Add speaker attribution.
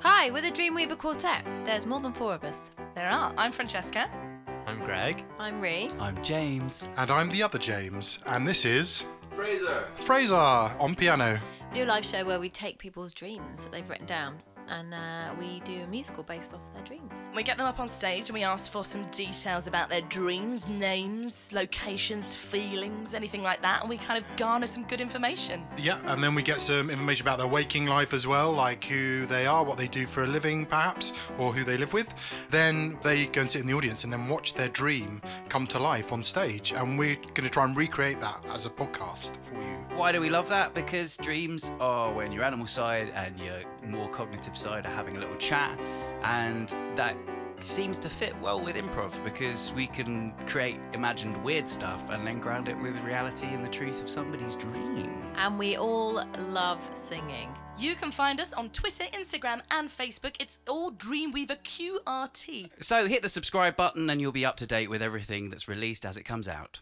Speaker 1: Hi, we're the Dreamweaver Quartet. There's more than four of us.
Speaker 2: There are. I'm Francesca.
Speaker 3: I'm Greg.
Speaker 1: I'm Ree.
Speaker 4: I'm James.
Speaker 5: And I'm the other James, and this is
Speaker 6: Fraser.
Speaker 5: Fraser on piano.
Speaker 1: We do a live show where we take people's dreams that they've written down and uh, we do a musical based off their dreams.
Speaker 2: We get them up on stage and we ask for some details about their dreams, names, locations, feelings, anything like that, and we kind of garner some good information.
Speaker 5: Yeah, and then we get some information about their waking life as well, like who they are, what they do for a living, perhaps, or who they live with. Then they go and sit in the audience and then watch their dream come to life on stage, and we're going to try and recreate that as a podcast for you.
Speaker 3: Why do we love that? Because dreams are when your animal side and your more cognitive side are having a little chat, and that seems to fit well with improv because we can create imagined weird stuff and then ground it with reality and the truth of somebody's dream.
Speaker 1: And we all love singing.
Speaker 2: You can find us on Twitter, Instagram, and Facebook. It's all Dreamweaver QRT.
Speaker 3: So hit the subscribe button and you'll be up to date with everything that's released as it comes out.